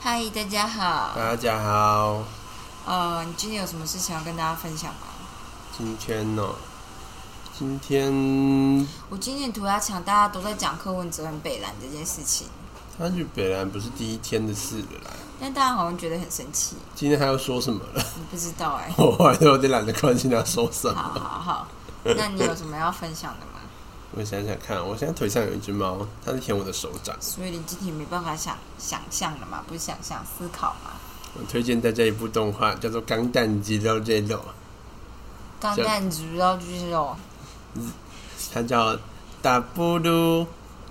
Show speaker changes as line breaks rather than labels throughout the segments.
嗨，大家好。
大家好，
呃，你今天有什么事情要跟大家分享吗？
今天呢、今天
我今天涂鸦墙，大家都在讲柯文哲很北蓝这件事情，
他去北兰不是第一天的事了啦。
但大家好像觉得很生气，
今天他要说什么了？
你不知道哎、
我后来都有点懒得关心他说什
好
么。
好 好，那你有什么要分享的吗？
我想想看，我现在腿上有一只猫，它在舔我的手掌。
所以你今天没办法想想象了嘛，不是想象思考嘛？
我推荐大家一部动画，叫做《钢弹肌肉这肉》，
钢蛋猪肉猪肉，
它叫《打布鲁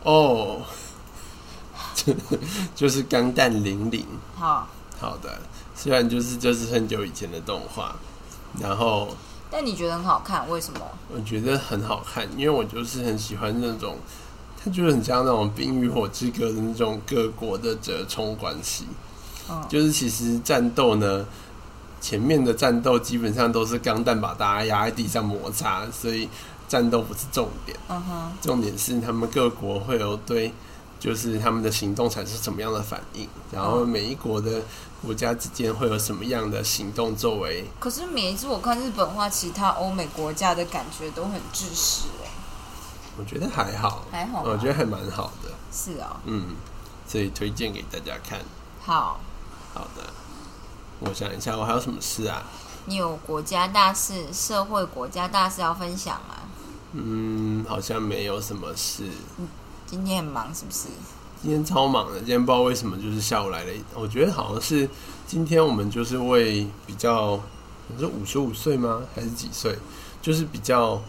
哦》， 就是钢弹零零。
好。
好的，虽然就是就是很久以前的动画，然后
但你觉得很好看，为什么？
我觉得很好看，因为我就是很喜欢那种，它就是很像那种《冰与火之歌》的那种各国的折冲关系。
嗯
就是其实战斗呢，前面的战斗基本上都是钢弹把大家压在地上摩擦，所以战斗不是重点，
嗯哼，
重点是他们各国会有对。就是他们的行动产生什么样的反应，然
哦
后每一国的国家之间会有什么样的行动作为
可是每一次我看日本画，其他欧美国家的感觉都很自私哎、
我觉得还好，
还好啊吗
我觉得还蛮好的，
是哦，
嗯，所以推荐给大家看。
好，
好的，我想一下，我还有什么事啊？
你有国家大事、社会国家大事要分享吗？
嗯，好像没有什么事。
今天很忙是不是？
今天超忙的，今天不知道为什么就是下午来了一。我觉得好像是今天我们就是为比较，你说五十五岁吗？还是几岁？就是比较，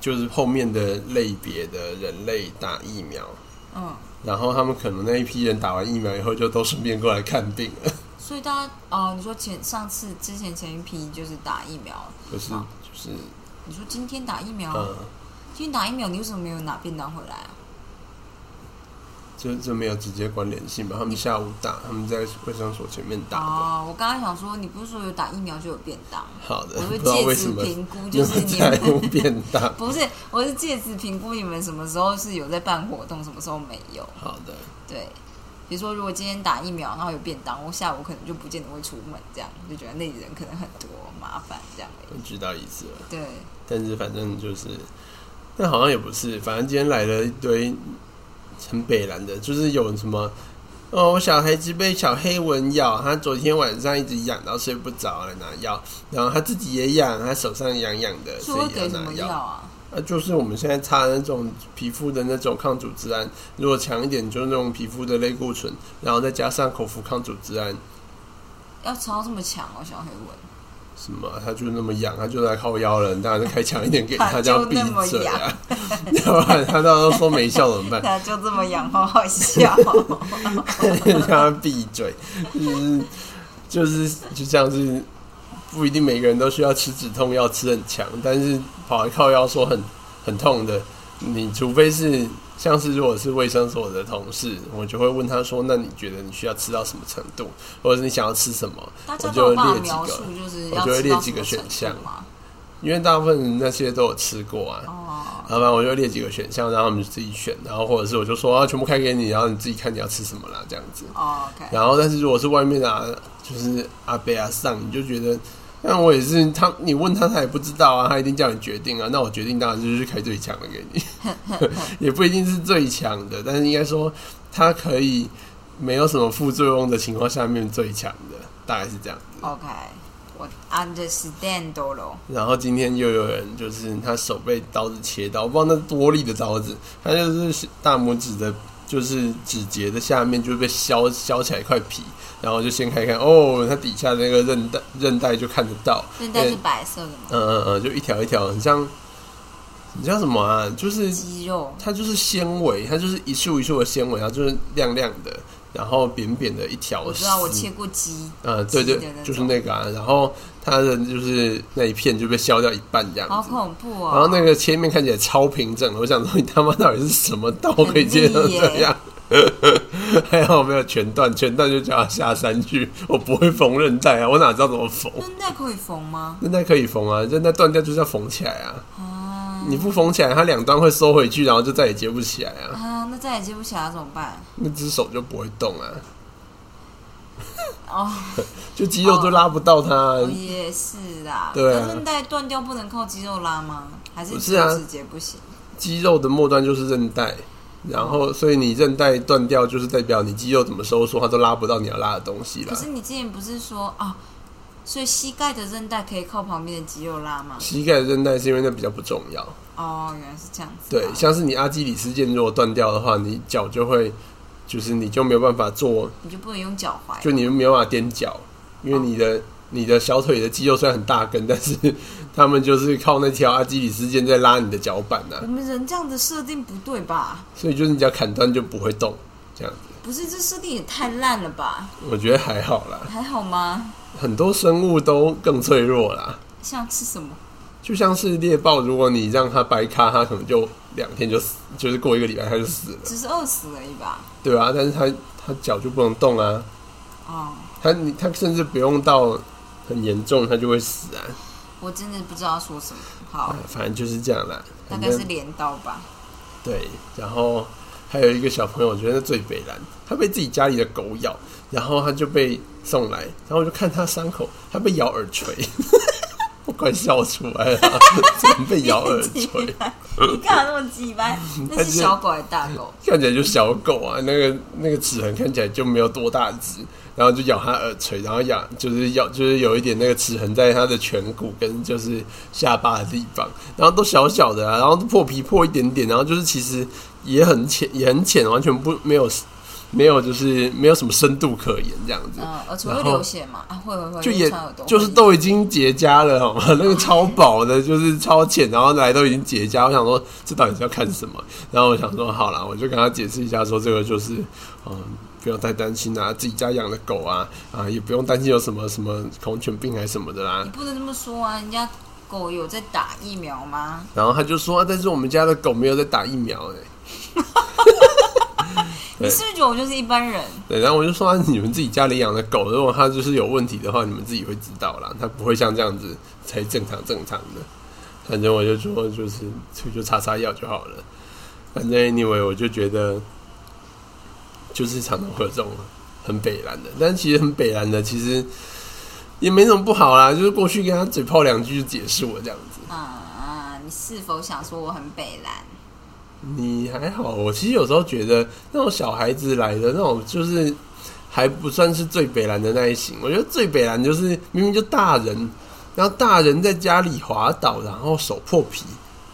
就是后面的类别的人类打疫苗，
嗯，
然后他们可能那一批人打完疫苗以后，就都顺便过来看病了。
所以大家哦，你说前上次之前前一批就是打疫苗，
就是
好
就是，
你说今天打疫苗，
嗯，
今天打疫苗，你为什么没有拿便当回来啊？
就就没有直接关联性吧？他们下午打，他们在卫生所前面打的。
哦，我刚刚想说，你不是说有打疫苗就有便当？
好的，
我
不
会
知道为
借
什
此
么
评 估，
你
就是
们
你
在
们。
用便当
不是，我是借此评估你们什么时候是有在办活动，什么时候没有。
好的，
对，比如说如果今天打疫苗，然后有便当，我下午可能就不见得会出门，这样就觉得那里人可能很多，麻烦这样而已。
我知道意思了。
对，
但是反正就是，但好像也不是，反正今天来了一堆很北蓝的，就是有什么。哦，我小孩子被小黑蚊咬，他昨天晚上一直痒到睡不着，来拿药，然后他自己也痒，他手上痒痒的，
所以
呃所
会
以也
给
要
什
拿
么药
药。
啊？
啊，就是我们现在擦的那种皮肤的那种抗组织胺，如果强一点就是那种皮肤的类固醇，然后再加上口服抗组织胺，
要超这么强哦，小黑 蚊。
什么他就那么痒，他就来靠腰了，你当然是开强一点给
他
他，叫
就
他闭
那么
嘴啊， 要不然他到时候说没效怎么办？
那啊就这么养，好好笑哦。
让他闭嘴，就是就是就像是不一定每个人都需要吃止痛药吃很强，但是跑来靠腰说很很痛的，你除非是像是如果是卫生所的同事，我就会问他说，那你觉得你需要吃到什么程度，或者是你想要吃什么？
大家都
我就
有办法
列几
描述
个，，
就是
我
要
就会
吃
列
到
几
什
个
么
选
程度
项
吗？
因为大部分那些都有吃过啊。
哦，
老板，我就列几个选项，让他们自己选，然后或者是我就说啊，全部开给你，然后你自己看你要吃什么啦，这样子。
哦，OK，
然后，但是如果是外面的、啊，就是阿贝阿上，你就觉得，那我也是他，你问他他也不知道啊，他一定叫你决定啊。那我决定当然就是开最强的给你， 也不一定是最强的，但是应该说它可以没有什么副作用的情况下面最强的，大概是这样子。
OK，我 understand 了。
然后今天又有人就是他手被刀子切到，我不知道那多利的刀子，他就是大拇指的，就是指节的下面就被削削起来一块皮，然后就掀开看，哦，它底下那个韧带韧带就看得哦到，
韧带是白色的吗？
嗯嗯嗯，就一条一条，很像，你叫什么啊？就是
肌肉，
它就是纤维，它就是一束一束的纤维，然后就是亮亮的，然后扁扁的一条丝。
我知道我切过鸡，
呃，对对
鸡的那，种
就是那个啊，然后它的就是那一片就被削掉一半这样
好
子，
恐怖哦。
然后那个切面看起来超平整的，我想说你他妈到底是什么刀可以切成这样？ 还好没有全断，全断就叫他下山去。我不会缝韧带啊，我哪知道怎么缝？
韧带可以缝吗？
韧带可以缝啊，韧带断掉就是要缝起来啊。
啊
你不缝起来，它两端会收回去，然后就再也接不起来啊。
啊，那再也接不起来怎么办？
那只手就不会动啊。
哦，
就肌肉都拉不到啊它。
哦也是啦。
呃对啊
那韧带断掉不能靠肌肉拉吗？还是
不
只
是啊
有直接不行？
肌肉的末端就是韧带，然后所以你韧带断掉，就是代表你肌肉怎么收缩，它都拉不到你要拉的东西
可
啦。
是你之前不是说啊，所以膝盖的韧带可以靠旁边的肌肉拉吗？
膝盖的韧带是因为那比较不重要，
哦，原来是这样子啊。
对，像是你阿基里斯腱如果断掉的话，你脚就会，就是你就没有办法做，
你就不能用脚踝。
就你没有办法踮脚，因为你的、你的小腿的肌肉虽然很大根，但是他们就是靠那条阿基里斯腱在拉你的脚板呐、
我们人这样的设定不对吧？
所以就是你只要砍断就不会动，这样子，
不是，这设定也太烂了吧？
我觉得还好啦，
还好吗？
很多生物都更脆弱啦。
像是什么？
就像是猎豹，如果你让它白咖，它可能就两天就死，就是过一个礼拜它就死了，
只是饿死而已吧？
对啊，但是它它脚就不能动啊，
哦，
它你它甚至不用到很严重，它就会死啊。
我真的不知道说什么。好
啊，反正就是这样啦。
大
反
概
正
是镰刀吧。
对，然后还有一个小朋友，我觉得最北蓝，他被自己家里的狗咬，然后他就被送来，然后我就看他伤口，他被咬耳垂， 我快笑出来了，怎么被咬耳垂？
你干嘛那么鸡 掰？那是小狗还是大狗？
看起来就小狗啊，那个那个齿痕看起来就没有多大只，然后就咬它耳垂，然后咬就是咬就是有一点那个齿痕在它的颧骨跟就是下巴的地方，然后都小小的、啊，然后都破皮破一点点，然后就是其实也很浅也很浅，完全不没有没有就是没有什么深度可言这样子，
嗯，耳垂会
然后
流血吗？啊，会会会，
就
因为
也
穿耳朵
就是
会
都已经结痂了，好吗？ 那个超薄的，就是超浅，然后来都已经结痂。我想说，这到底是要看什么？然后我想说，好啦，我就跟他解释一下，说这个就是，嗯，不要太担心啊，自己家养的狗啊，啊，也不用担心有什么什么狂犬病还是什么的啦
你。不能这么说啊，人家狗有在打疫苗吗？
然后他就说，啊但是我们家的狗没有在打疫苗哎、对
你是不是觉得我就是一般人？
对，然后我就说、啊你们自己家里养的狗，如果它就是有问题的话，你们自己会知道啦，它不会像这样子才正常正常的。反正我就说，就是就就擦擦药就好了。反正 anyway，我就觉得就是常常会有这种很北蓝的，但其实很北蓝的其实也没什么不好啦，就是过去跟他嘴炮两句就结束了这样子。
啊，你是否想说我很北蓝？
你还好，我其实有时候觉得那种小孩子来的那种，就是还不算是最北蓝的那一型。我觉得最北蓝就是明明就大人，然后大人在家里滑倒，然后手破皮，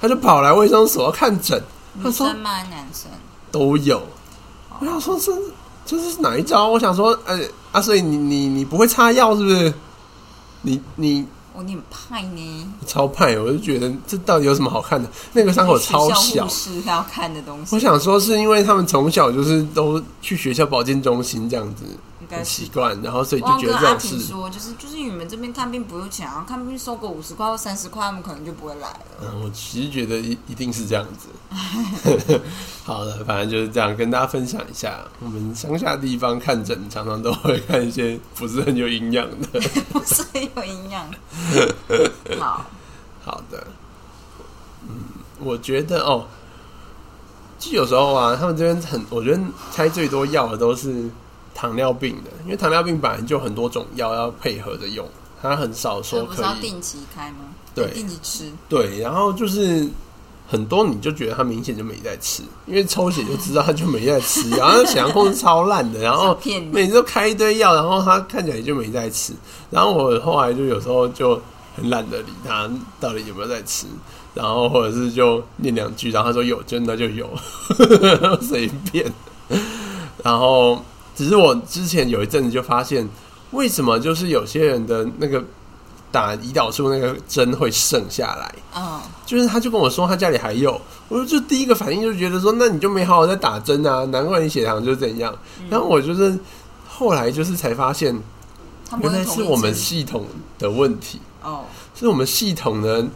他就跑来卫生所要看诊，他
女
说
生吗？男生？
都有。我想说这这是哪一招？我想说，呃、啊，所以你你你不会擦药是不是？你你
哦，你很派呢。
超派，我就觉得这到底有什么好看的？那个伤口超
学校
小
护，士要看的东
我
西，
想说，是因为他们从小就是都去学校保健中心这样子，
应该
很习
是。
惯，然后所以
我
就
忘
觉
跟
得这
阿
种
婷
事，
说，就是就是你们这边看病不用钱啊，看病收个五十块或三十块，他们可能就不会来 了。
嗯，我其实觉得一一定是这样子。 好了，反正就是这样，跟大家分享一下，我们乡下地方看诊常常都会看一些不是很有营养的。
不是很有营 养。好，
好的，嗯，我觉得哦，就有时候啊，他们这边很，我觉得开最多药的都是糖尿病的，因为糖尿病本来就很多种药要配合着用，它很少
所
说
以不
可
是要
以
定期开吗？
对
定期吃。
对，然后就是。很多你就觉得他明显就没在吃，因为抽血就知道他就没在吃，然后血糖控制超烂的，然后
想骗你
每次都开一堆药，然后他看起来就没在吃，然后我后来就有时候就很懒得理他到底有没有在吃，然后或者是就念两句，然后他说有，真的就有， 随便。然后只是我之前有一阵子就发现，为什么就是有些人的那个打胰岛素那个针会剩下来，
嗯，
就是他就跟我说他家里还有，我就第一个反应就觉得说，那你就没好好在打针啊，难怪你血糖就怎样。
嗯
然后我就是后来就是才发现，
他们
原来
会
是
同一
我们
次
系统的问题，
哦，
是我们系统呢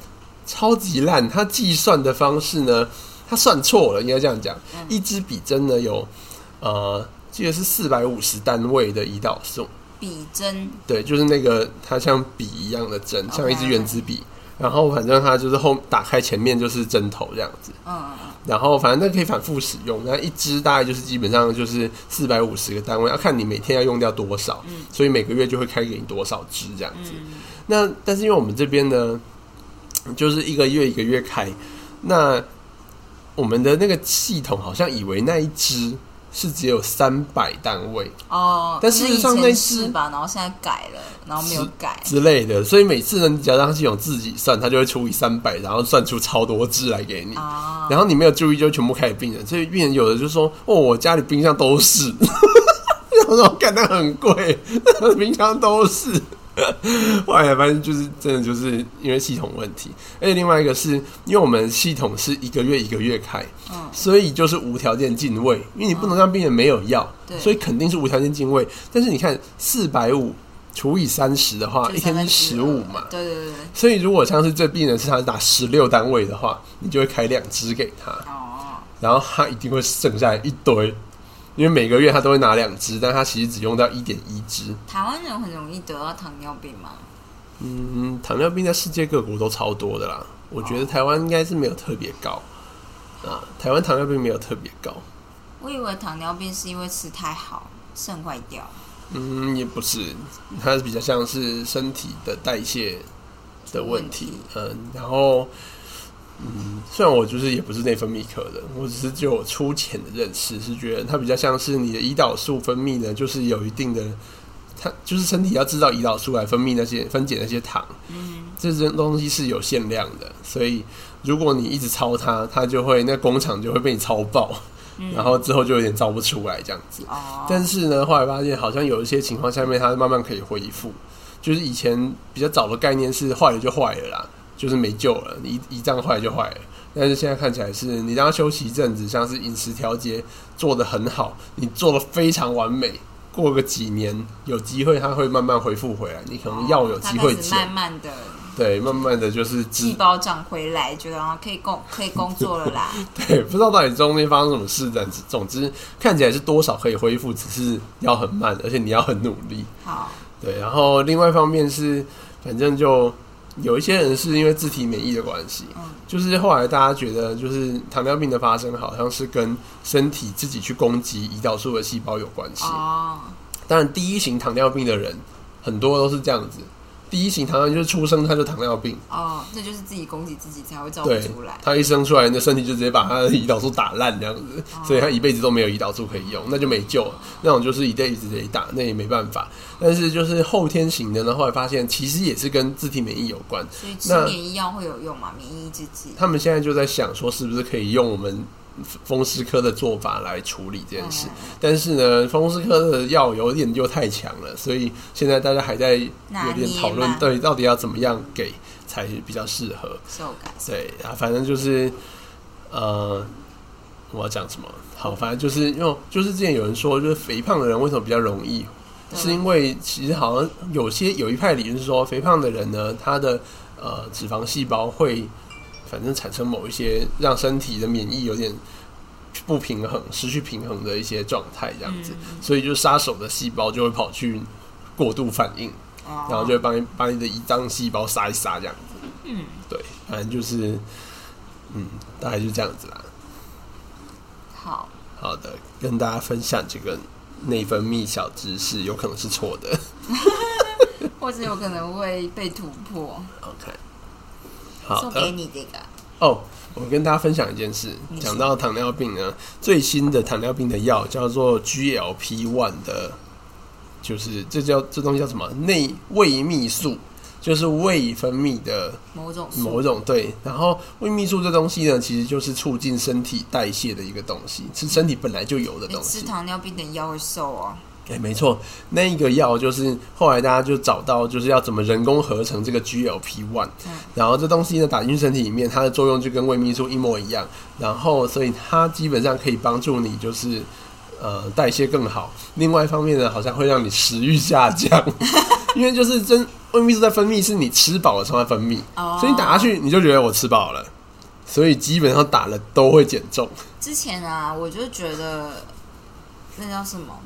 超级烂，它计算的方式呢，它算错了，应该这样讲。
嗯
一支笔针呢有呃，记得是四百五十单位的胰岛素，
比针
对，就是那个它像笔一样的针，
OK，
像一支原子笔。然后反正它就是后打开前面就是针头这样子，
嗯嗯
然后反正那可以反复使用，那一支大概就是基本上就是四百五十个单位，要看你每天要用掉多少，所以每个月就会开给你多少支这样子。
嗯
那但是因为我们这边呢，就是一个月一个月开，那我们的那个系统好像以为那一支是只有三百单位
哦，
但事实上
因
那
为以前
只
是吧，然后现在改了，然后没有改，
之类的，所以每次呢，你只要让系统自己算，它就会除以三百，然后算出超多支来给你。
啊，
然后你没有注意，就全部开给病人，所以病人有的就说：“哦，我家里冰箱都是。” 我说：“干那很贵，冰箱都是。” 后来发现就是真的就是因为系统问题，而且另外一个是因为我们系统是一个月一个月开，
嗯
所以就是无条件进位，因为你不能让病人没有药，
对
所以肯定是无条件进位。但是你看四百五除以三十的话，
就
一天是
320
十五嘛，
对对对对，
所以如果像是这病人是他打十六单位的话，你就会开两支给他，
哦，
然后他一定会剩下来一堆，因为每个月他都会拿两支，但他其实只用到一点一支。
台湾人很容易得到糖尿病吗？
嗯，糖尿病在世界各国都超多的啦，我觉得台湾应该是没有特别高啊，台湾糖尿病没有特别高。
我以为糖尿病是因为吃太好，肾坏掉，
嗯，也不是，它比较像是身体的代谢的问题。嗯，然后，嗯，虽然我就是也不是内分泌科的，我只是就我粗浅的认识是觉得它比较像是你的胰岛素分泌呢，就是有一定的，它就是身体要制造胰岛素来分泌那些分解那些糖，
嗯，
这些东西是有限量的，所以如果你一直超它，它就会那工厂就会被你超爆，
嗯
然后之后就有点造不出来这样子。
哦，
但是呢，后来发现好像有一些情况下面，它慢慢可以恢复。就是以前比较早的概念是坏了就坏了啦，就是没救了，你一一仗坏了就坏了。但是现在看起来是你让它休息一阵子，像是饮食调节做得很好，你做得非常完美，过个几年有机会它会慢慢恢复回来，你可能药有机会
哦它开始
减嗯
慢，慢的
对，慢慢的就是知
细胞长回来，觉得啊可以工可以工作了啦，
对，不知道到底中间发生什么事，但总之看起来是多少可以恢复，只是要很慢，而且你要很努力。
好，
对，然后另外一方面是，反正就有一些人是因为自体免疫的关系，
嗯
就是后来大家觉得，就是糖尿病的发生好像是跟身体自己去攻击胰岛素的细胞有关系。
哦，
当然，第一型糖尿病的人很多都是这样子，第一型糖尿病就是出生他就糖尿病，
哦，那就是自己攻击自己才会造不
对
出来。
他一生出来，那身体就直接把他的胰岛素打烂这样子，
哦
所以他一辈子都没有胰岛素可以用，那就没救了。那种就是一辈子得打，那也没办法。但是就是后天型的呢，后来发现其实也是跟自体免疫有关。
所以吃
那
免疫药会有用嘛？免疫抑制剂。
他们现在就在想说，是不是可以用我们风湿科的做法来处理这件事？
嗯
但是呢，风湿科的药有点又太强了，所以现在大家还在有点讨
拿捏
论
嘛，
对到底要怎么样给才比较适合。
受感受。
对啊，反正就是，呃，我要讲什么？好，反正就是因为就是之前有人说，就是肥胖的人为什么比较容易，
对
是因为其实好像有些有一派理论是说，肥胖的人呢，他的呃脂肪细胞会反正产生某一些让身体的免疫有点不平衡、失去平衡的一些状态，这样子，
嗯
所以就杀手的细胞就会跑去过度反应。
哦
然后就会帮你把你的胰脏细胞杀一杀这样子。
嗯，
对，反正就是，嗯，大概就这样子啦。
好，
好的，跟大家分享这个内分泌小知识，有可能是错的。
或者有可能会被突破。
OK，好
送给
的
你这个，
哦。我跟大家分享一件事，
你说
讲到糖尿病呢，最新的糖尿病的药叫做 GLP one 的，就是这叫这东西叫什么内胃泌素，就是胃分泌的
某种素
某一种对，然后胃泌素这东西呢，其实就是促进身体代谢的一个东西，是身体本来就有的
你
东
吃
西。
糖尿病的药会瘦 哦。
哎、没错，那一个药就是后来大家就找到，就是要怎么人工合成这个 GLP one，、
嗯
然后这东西呢打进身体里面，它的作用就跟胃泌素一模一样，然后所以它基本上可以帮助你就是呃代谢更好。另外一方面呢，好像会让你食欲下降， 因为就是真胃泌素在分泌是你吃饱了才会分泌，
哦，
所以你打下去，你就觉得我吃饱了，所以基本上打了都会减重。
之前啊，我就觉得那叫什么？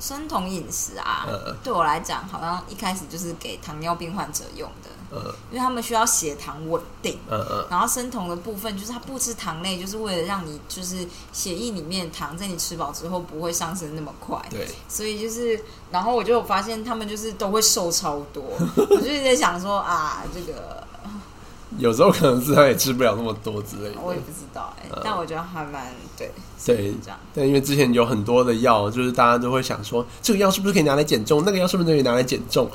生酮饮食啊，
呃
对我来讲，好像一开始就是给糖尿病患者用的，
呃
因为他们需要血糖稳定。
呃呃，
然后生酮的部分就是它不吃糖类，就是为了让你就是血液里面的糖在你吃饱之后不会上升那么快。
对，
所以就是，然后我就有发现他们就是都会瘦超多， 我就一直在想说啊，这个
有时候可能是他也吃不了那么多之类
我也
的。
不知道
呃
哎、但我觉得还蛮对，
对
是这样，
但因为之前有很多的药，就是大家都会想说，这个药是不是可以拿来减重，那个药是不是可以拿来减重？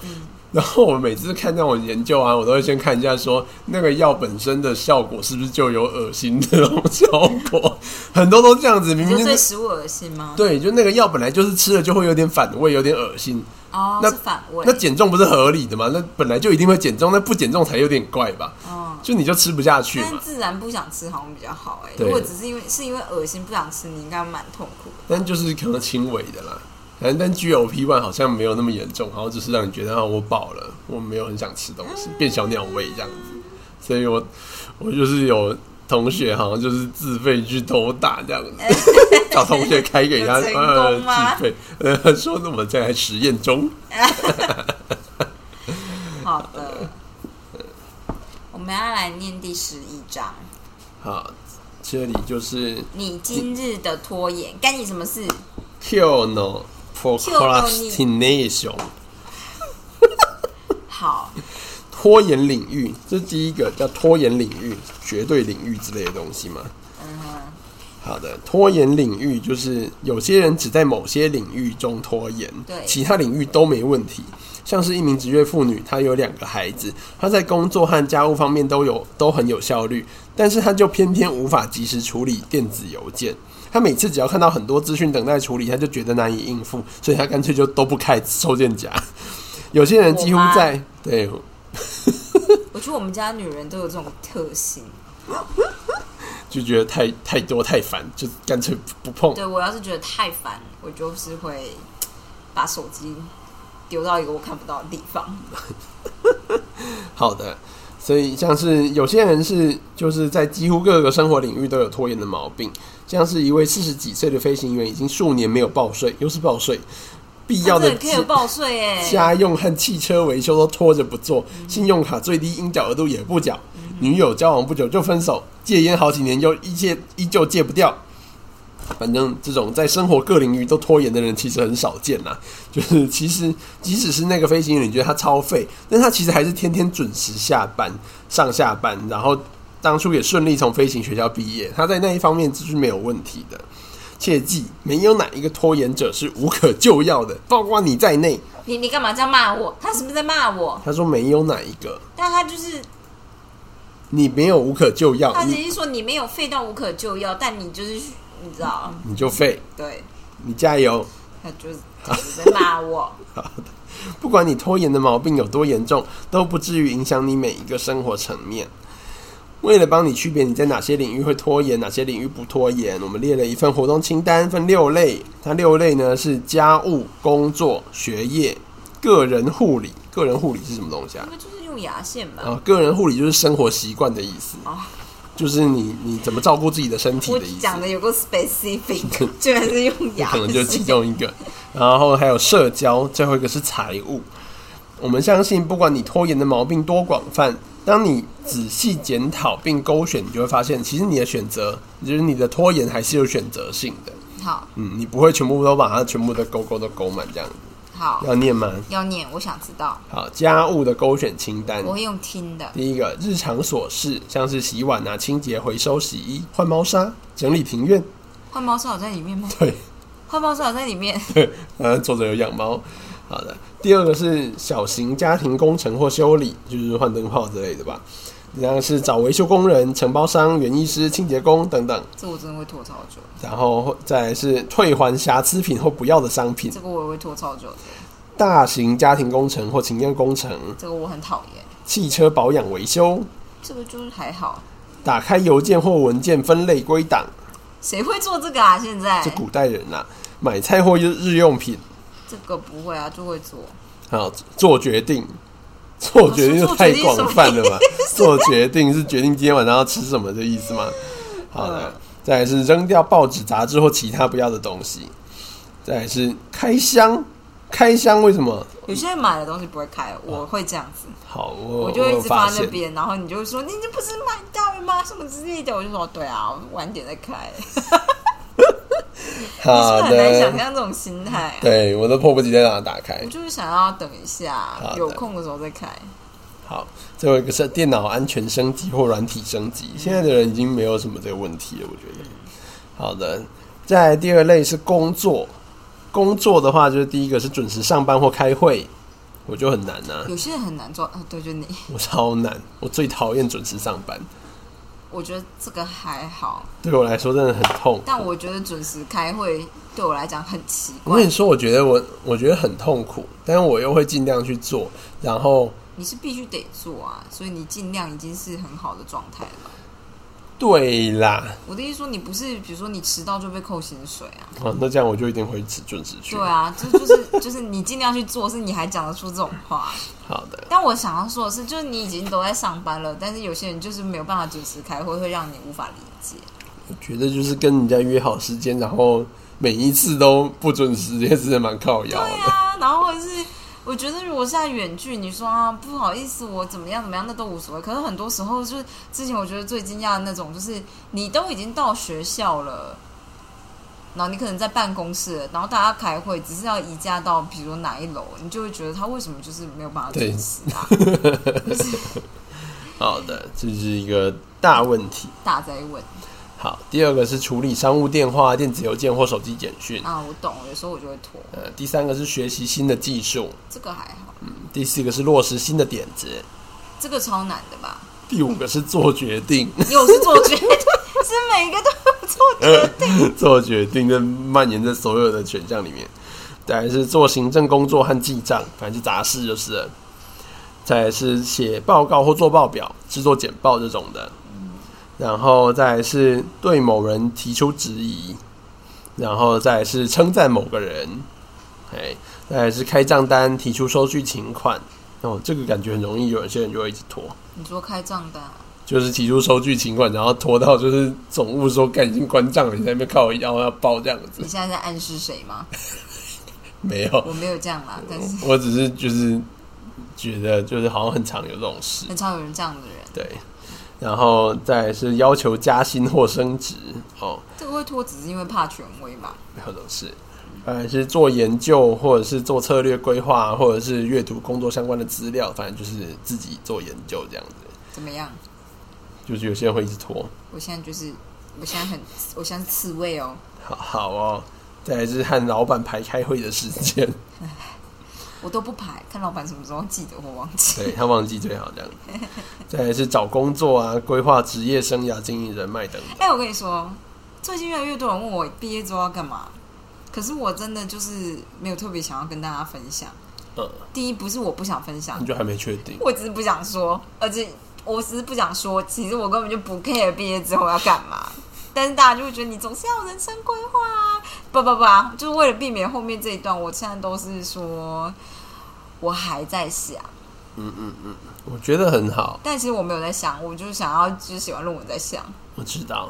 然后我每次看那种研究啊，我都会先看一下说那个药本身的效果是不是就有恶心的那种效果，很多都这样子，明
你就
明就
对
嗯是
食物恶心吗？
对，就那个药本来就是吃了就会有点反胃，有点恶心。
哦，
那
是反胃
那，减重不是合理的吗？那本来就一定会减重，那不减重才有点怪吧？
哦，
就你就吃不下去
但
嘛。
自然不想吃好像比较好哎、
对
如果只是因为是因为恶心不想吃，你应该蛮痛苦的。
但就是可能轻微的啦。反正但 GLP one 好像没有那么严重，好像只是让你觉得啊我饱了，我没有很想吃东
嗯
西，变小鸟胃这样子。所以我我就是有同学好像就是自费去偷打这 样子，找同学开给他
有成
呃
功吗
自费，呃说那我们在实验中，
好 的，我们要来念第十一章，
好，这里就是
你今日的拖延干你什么事？
Q no procrastination
好，
拖延领域，这第一个叫拖延领域、绝对领域之类的东西嘛。
嗯哼，
好的，拖延领域就是有些人只在某些领域中拖延，
对
其他领域都没问题。像是一名职业妇女，她有两个孩子，她在工作和家务方面都有都很有效率，但是她就偏偏无法及时处理电子邮件。她每次只要看到很多资讯等待处理，她就觉得难以应付，所以她干脆就都不开收件夹。有些人几乎
我妈
在对
我觉得我们家女人都有这种特性。
就觉得太太多太烦，就干脆不碰。
对我要是觉得太烦，我就是会把手机丢到一个我看不到的地方。
好的，所以像是有些人是就是在几乎各个生活领域都有拖延的毛病，像是一位四十几岁的飞行员，已经数年没有报税，又是报税，必要
真
的
哦的可以有报税哎、
家用和汽车维修都拖着不做，信用卡最低应缴额度也不缴，女友交往不久就分手，戒烟好几年又依戒依旧戒不掉。反正这种在生活各领域都拖延的人其实很少见啦。就是其实即使是那个飞行员，你觉得他超废，但他其实还是天天准时下班、上下班，然后当初也顺利从飞行学校毕业，他在那一方面就是没有问题的。切记，没有哪一个拖延者是无可救药的，包括你在内。
你你干嘛这样骂我？他是不是在骂我？
他说没有哪一个，
但他就是
你没有无可救药
他，只
你
是说你没有废到无可救药，但你就是你知道，
你就废，
对，
你加油。
他就是他就是在骂 我。
不管你拖延的毛病有多严重，都不至于影响你每一个生活层面。为了帮你区别你在哪些领域会拖延，哪些领域不拖延，我们列了一份活动清单，分六类。它六类呢是家务、工作、学业、个人护理。个人护理是什么东西啊
因？为就是用牙线吧。
啊，个人护理就是生活习惯的意思
哦，
就是你你怎么照顾自己的身体
我
的意思。
讲的有个 specific，居然是用牙
可能就是其
线。
中一个。然后还有社交，最后一个是财务。我们相信，不管你拖延的毛病多广泛，当你仔细检讨并勾选，你就会发现，其实你的选择，就是你的拖延还是有选择性的。
好
嗯，你不会全部都把它全部的勾勾都勾满这样子。
好
要念吗？
要念，我想知道，
好，家务的勾选清单。
我会用听的。
第一个日常琐事，像是洗碗啊、清洁、回收、洗衣、换猫砂、整理庭院。
换猫砂有在里面吗？
对，
换猫砂有在里面。
呃，作者有养猫。好的，第二个是小型家庭工程或修理，就是换灯泡之类的吧。然后是找维修工人、承包商、园艺师、清洁工等等。
这我真的会拖超久，
然后再来是退还瑕疵品或不要的商品
这。个我也会拖超久的，
大型家庭工程或情愿工程、
这个我很讨厌。
汽车保养维修、
这个就是还好，
打开邮件或文件分类归档，
谁会做这个啊？现在
这古代人呐、买菜或日日用品，
这个不会啊，就会做。
好，做决定，做决
哦
定就太广泛了吧？ 做决定是决定今天晚上要吃什么的意思
嗯
吗？好的，再来是扔掉报纸、杂志或其他不要的东西。再来是开箱，开箱为什么？
有些人买的东西不会开，我会这样子，
好，哦我
我就会一
有
直
发
放在
现
那，边，然后你就会说你这不是买到了吗？什么之类的，我就说对啊，我晚点再开。你是不
好
是很难想
的，
象这种心态、啊？
对我都迫不及待让它打开
我。就是想要等一下
好的
有空的时候再开。
好，最后一个是电脑安全升级或软体升级，现在的人已经没有什么这个问题了，我觉得。好的，再来第二类是工作，工作的话就是第一个是准时上班或开会，我就很难啊，
有些人很难做，啊，对，就你，
我超难，我最讨厌准时上班，
我觉得这个还好，
对我来说真的很痛。
但我觉得准时开会对我来讲很奇
我
怪
跟你。说，我觉得我我觉得很痛苦，但是我又会尽量去做，然后
你是必须得做啊，所以你尽量已经是很好的状态了。
对啦，
我的意思说，你不是比如说你迟到就被扣薪水啊？
哦，那这样我就一定会迟准时去。
对啊，这就是 就是你尽量去做，是你还讲得出这种话。
好的，
但我想要说的是，就是你已经都在上班了，但是有些人就是没有办法准时开会，会让你无法理解。
我觉得就是跟人家约好时间，然后每一次都不准时，也真的蛮靠腰
对
的。
啊，然后或者是我觉得如果是在远距，你说啊不好意思，我怎么样怎么样，那都无所谓。可是很多时候就是之前我觉得最惊讶的那种，就是你都已经到学校了。然后你可能在办公室，然后大家开会，只是要移驾到比如说哪一楼，你就会觉得他为什么就是没有办法
对
准时啊，就是
好的，这是一个大问题。
大灾问
好，第二个是处理商务电话、电子邮件或手机简讯。
啊！我懂，有时候我就会拖，
呃，第三个是学习新的技术，
这个还好，
第四个是落实新的点子，
这个超难的吧？
第五个是做决定。
又是做决定，是每个都有做决定。
做决定的蔓延在所有的选项里面。再来是做行政工作和记账，反正是杂事就是了。再来是写报告或做报表、制作简报这种的。然后再来是对某人提出质疑，然后再来是称赞某个人，哎，再来是开账单、提出收据请款。哦，这个感觉很容易，有些人就会一直拖。
你说开账单啊，
就是提出收据请款，然后拖到就是总务说干已经关账了，你在那边靠腰要报这样子
你，现在在暗示谁吗？
没有，
我没有这样啦，但是
我只是就是觉得就是好像很常有这种事，
很少有人这样的人，
对。然后再来是要求加薪或升职，哦，
这个会拖只是因为怕权威吧？
有种事。再来是做研究，或者是做策略规划，或者是阅读工作相关的资料，反正就是自己做研究这样子。
怎么样？
就是有些人会一直拖，
我现在就是，我现在很，我现在是刺猬哦，
好好哦。再来是和老板排开会的时间，
我都不排，看老板什么时候记得或忘记。
对他忘记最好这 样。再来是找工作啊，规划职业生涯、经营人脉等嗯等。
哎、我跟你说，最近越来越多人问我毕业之后要干嘛，可是我真的就是没有特别想要跟大家分享。
嗯，
第一，不是我不想分享
你，就还没确定。
我只是不想说，而且我只是不想说，其实我根本就不 care 毕业之后要干嘛。但是大家就会觉得你总是要有人生规划啊，不不不啊，就是为了避免后面这一段，我现在都是说我还在想，
嗯嗯嗯，我觉得很好，
但其实我没有在想，我就是想要就是写完论文再想。
我知道。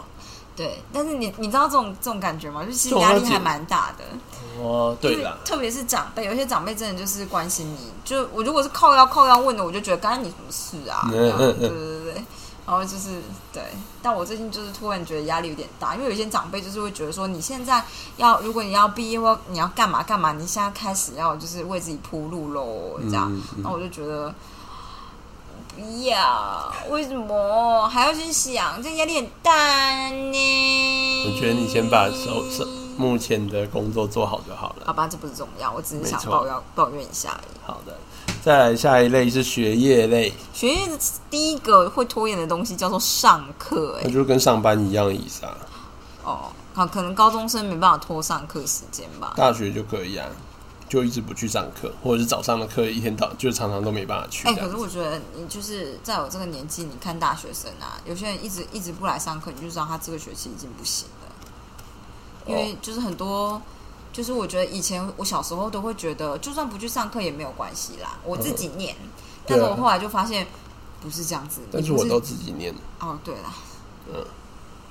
对，但是你你知道这种这种感觉吗？就是其实
这种
压力
了解
还蛮大的，
哦，对
就是
啦，
特别是长辈，有些长辈真的就是关心你，就我如果是靠腰靠腰问的，我就觉得干你什么事啊？
嗯
这样
嗯
对对对对。然后就是对，但我最近就是突然觉得压力有点大，因为有些长辈就是会觉得说，你现在要如果你要毕业或你要干嘛干嘛，你现在开始要就是为自己铺路喽，这样。
嗯嗯
那我就觉得不要，为什么还要去想？这压力很大呢。
我觉得你先把手手目前的工作做好就好了。
好吧，这不是重要，我只是
没
想
错
抱怨抱怨一下而已。
好的，再来下一类是学业类，
学业的第一个会拖延的东西叫做上课、
那
哎，
就跟上班一样的意思啊。
哦，好，可能高中生没办法拖上课时间吧。
大学就可以啊，就一直不去上课，或者是早上的课一天到就常常都没办法去
哎、
这
可是
样。
我觉得你就是在我这个年纪，你看大学生啊，有些人一直一直不来上课，你就知道他这个学期已经不行了，因
哦
为就是很多。就是我觉得以前我小时候都会觉得，就算不去上课也没有关系啦，我自己念。但是
对啊
我后来就发现不是这样子，
但
你
是
不
我都自己念，
哦，对啦，
嗯，
为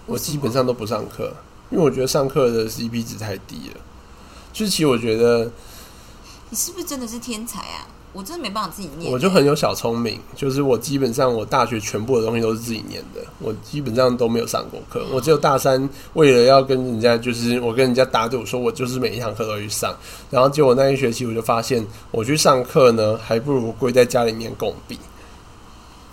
我
什
基
么
本上都不上课，因为我觉得上课的 CP 值太低了。就其实我觉得
你是不是真的是天才啊？我真的没办法自己念。欸
我就很有小聪明，就是我基本上我大学全部的东西都是自己念的，我基本上都没有上过课。
哦
我只有大三为了要跟人家，就是我跟人家打赌说，我就是每一堂课都去上。然后结果那一学期我就发现，我去上课呢，还不如归在家里面共笔，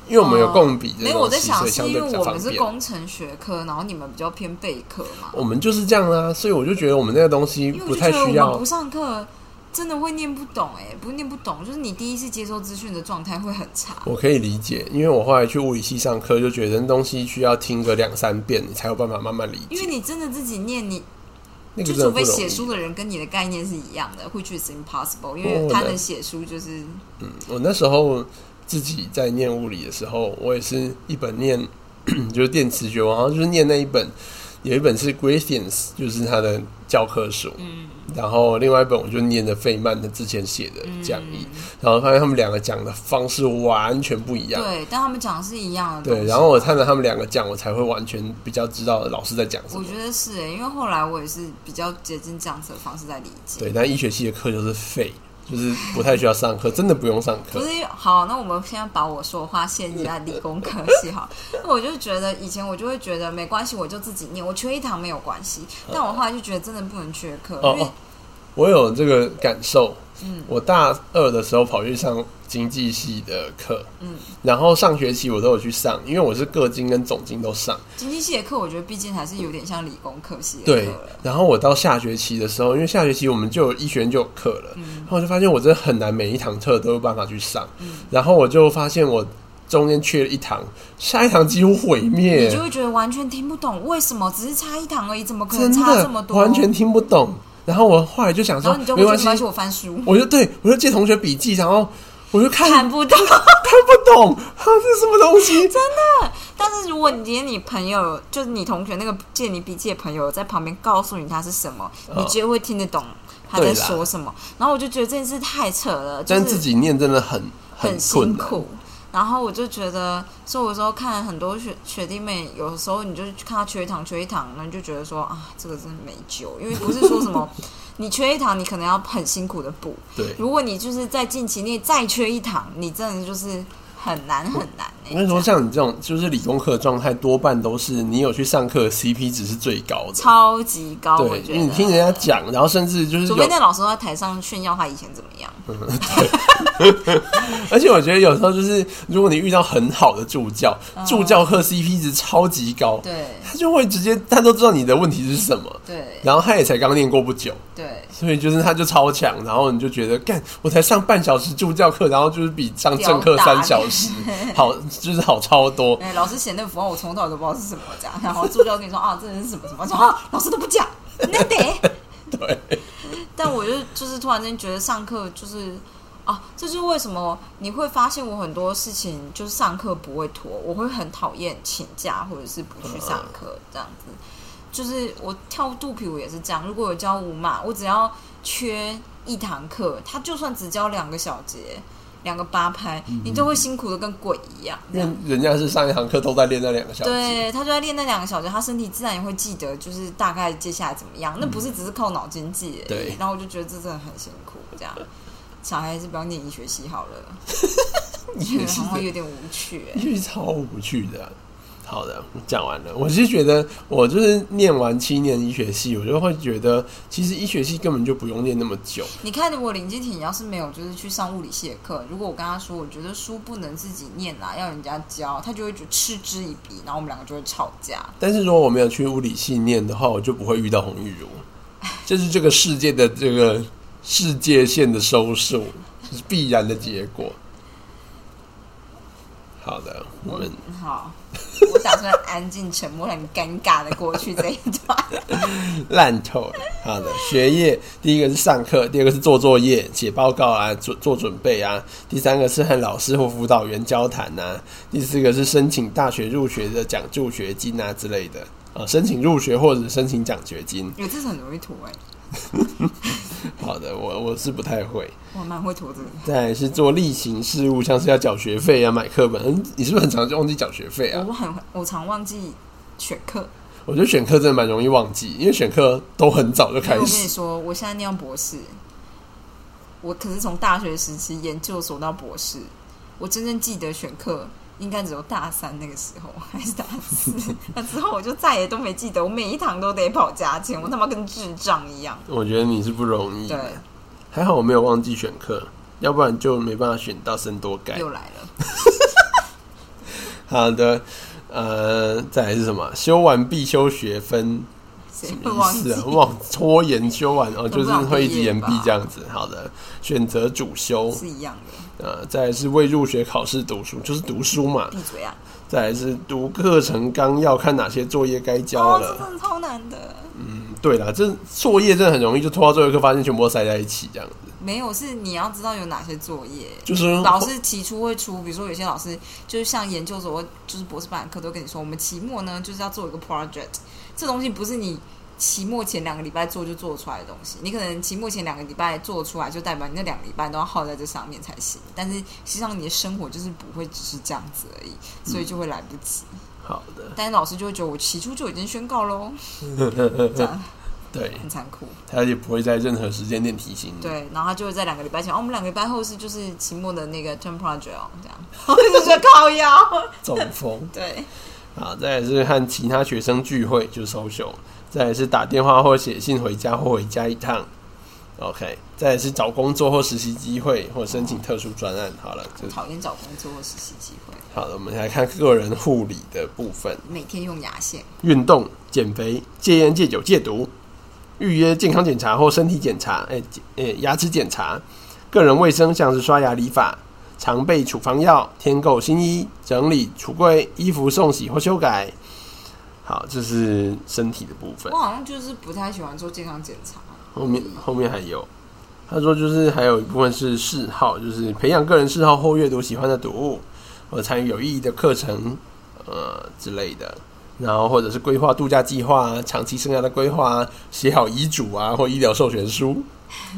因为我们有共笔
哦没
这
有，
种
我
东
在
西，
想
所以
是
相
因
对
为
比较
我
方
们是
便。
工程学科，然后你们比较偏备课嘛。
我们就是这样啊，所以我就觉得我们那个东西
因为
不
我就
太
觉得
需
我们
要
不。上课真的会念不懂、哎，不是念不懂，就是你第一次接收资讯的状态会很差。
我可以理解，因为我后来去物理系上课，就觉得那东西需要听个两三遍，你才有办法慢慢理
因为
解。
你真的自己念，你
那个
就
真的
除
不
非
容
写
易。
书的人跟你的概念是一样的，which is impossible，因
哦
为他
对
能写书就是
我那时候自己在念物理的时候，我也是一本念 就是电磁学，然后就是念那一本，有一本是 Gradients，就是他的教科书，
嗯
然后另外一本我就念的费曼他之前写的讲义，
嗯
然后发现他们两个讲的方式完全不一样。
对，但他们讲的是一样的东西。
对，然后我看着他们两个讲，我才会完全比较知道老师在讲什
我
么。
觉得是、哎，因为后来我也是比较接近这样子的方式在理解。
对，但医学系的课就是废，就是不太需要上课，真的不用上
不
课。
是好，那我们现在把我说的话限制在理工科系好， 那我就觉得以前我就会觉得没关系，我就自己念，我缺一堂没有关系。但我后来就觉得真的不能缺课，
嗯哦
因为
哦，我有这个感受。
嗯
我大二的时候跑去上经济系的课，
嗯，
然后上学期我都有去上，因为我是各经跟总经都上。
经济系的课，我觉得毕竟还是有点像理工科系的
对
课了。，
然后我到下学期的时候，因为下学期我们就有医学院就有课了，
嗯
然后我就发现我真的很难每一堂课都有办法去上，
嗯
然后我就发现我中间缺了一堂，下一堂几乎毁灭
你就，会觉得完全听不懂为什么，只是差一堂而已，怎么可
真
能差这
的
么多？
完全，听不懂。然后我后来就想
然
说
后你，就会
没
觉得没
关系
关，系，我翻书
我就对我就借同学笔记，然后我就看
看不懂。
看不懂，它是什么东西？
但是如果你今天你朋友，就是你同学那个借你笔记的朋友在旁边告诉你他是什么，
哦
你就会听得懂他在说什么。然后我就觉得这件事太扯了，就
但
是
自己念真的很
很
困啊
辛
难。
苦。然后我就觉得，所以我有时候看很多学学弟妹，有时候你就看他缺一堂缺一堂，然后你就觉得说啊，这个真的没救，因为不是说什 么你缺一堂，你可能要很辛苦的补。
对，
如果你就是在近期内再缺一堂，你真的就是很难很难、欸。
我跟你说，像你这种就是理工科的状态，多半都是你有去上课，CP 值是最高的。
超级高，我
对，
觉
因
得。
为你听人家讲，然后甚至就是
除非
有，
那老师都在台上炫耀他以前怎么样，
而且我觉得有时候就是，如果你遇到很好的助教，助教课 CP 值超级高，
嗯对
他就会直接他都知道你的问题是什么，
对
然后他也才刚念过不久，
对，
所以就是他就超强，然后你就觉得干，我才上半小时助教课，然后就是比上正课三小时好，就是好超多。
哎、老师写那个符号，我从头到尾都不知道是什么这样，然后助教跟你说啊，这人是什么什么，我说啊，老师都不讲，那得。
对，
但我就就是突然间觉得上课就是。啊，这就是为什么你会发现我很多事情就是上课不会拖，我会很讨厌请假或者是不去上课这样子。就是我跳肚皮舞也是这样，如果有教舞嘛，我只要缺一堂课，他就算只教两个小节、两个八拍，你都会辛苦的跟鬼一样。这
因
样
为人家是上一堂课都在练那两个小时，
对他就在练那两个小时，他身体自然也会记得，就是大概接下来怎么样。那不是只是靠脑筋记而已。
对
然后我就觉得这真的很辛苦，这样。小孩是不要念医学系好了，觉得好
也是这
像有点无趣、欸。
因为超无趣的啊、好的，我讲完了。我是觉得，我就是念完七年医学系，我就会觉得，其实医学系根本就不用念那么久。
你看，如果林敬婷要是没有就是去上物理系的课，如果我跟他说我觉得书不能自己念啦，要人家教，他就会觉得嗤之以鼻，然后我们两个就会吵架。
但是如果我没有去物理系念的话，我就不会遇到洪玉茹。这是这个世界的这个世界线的收束，这是必然的结果。好的，我们
嗯 好，我打算安静沉默，很尴尬的过去这一段。
烂透了。好的，学业第一个是上课，第二个是做作业、写报告啊，做做准备啊；第三个是和老师或辅导员交谈啊；第四个是申请大学入学的奖助学金啊之类的啊，申请入学或者申请奖学 金。
有这是很容易吐哎、
好的，我我是不太会。
我蛮会吐这个。
再来是做例行事务，像是要缴学啊费啊、买课本。嗯，你是不是很常就忘记缴学费啊？
我很我常忘记选课，
我觉得选课真的蛮容易忘记，因为选课都很早就开
我跟你
始。
说，我现在念博士，我可是从大学时期研究所到博士，我真正记得选课应该只有大三那个时候，还是大 四。那之后我就再也都没记得，我每一堂都得跑加签，我他妈跟智障一样。
我觉得你是不容易，
对，
还好我没有忘记选课，要不然就没办法选到僧多盖。
又来了。
好的，呃，再来是什么？修完必修学分
谁
什
会
么
哎忘
意
记
思？啊？忘拖延修完
都
哦，
不
就是
想
会一直
毕业
延
吧
毕这样子。好的，选择主修，
是一样的，
呃，再来是为入学考试读书，就是读书嘛。
闭嘴啊！
再来是读课程纲要，看哪些作业该交
哦，这
了。
真的超难的。
嗯，对啦，这作业真的很容易就拖到最后一刻，发现全部都塞在一起这样子。
没有，是你要知道有哪些作业。
就是
嗯老师期初会出，比如说有些老师就是像研究所，就是博士班的课都跟你说，我们期末呢就是要做一个 project，这东西不是你期末前两个礼拜做就做出来的东西，你可能期末前两个礼拜做出来，就代表你那两个礼拜都要耗在这上面才行。但是实际上你的生活就是不会只是这样子而已，所以就会来不及。
好的，
但是老师就会觉得我期初就已经宣告喽，这样
对，
很残酷。
他也不会在任何时间点提醒你。
对，然后他就会在两个礼拜前，哦，我们两个礼拜后是就是期末的那个 term project 哦，这样，然后就觉得靠腰，
中风
对，
啊，再来是和其他学生聚会，就是 social。再来是打电话或写信回家或回家一趟。OK，再来是找工作或实习机会或申请特殊专案。好了，就
讨厌找工作或实习机会，
好了。我们来看个人护理的部分：
每天用牙线，
运动、减肥、戒烟、戒酒、戒毒，预约健康检查或身体检查，哎、检哎、牙齿检查，个人卫生像是刷牙、理发，常备处方药，添购新衣，整理橱柜，衣服送洗或修改。好，这是身体的部分
我。好像就是不太喜欢做健康检查，
后面后面还有，他说就是还有一部分是嗜好，就是培养个人嗜好或阅读喜欢的读物，或者参与有意义的课程，呃之类的。然后或者是规划度假计划啊，长期生涯的规划啊，写好遗嘱啊，或医疗授权书。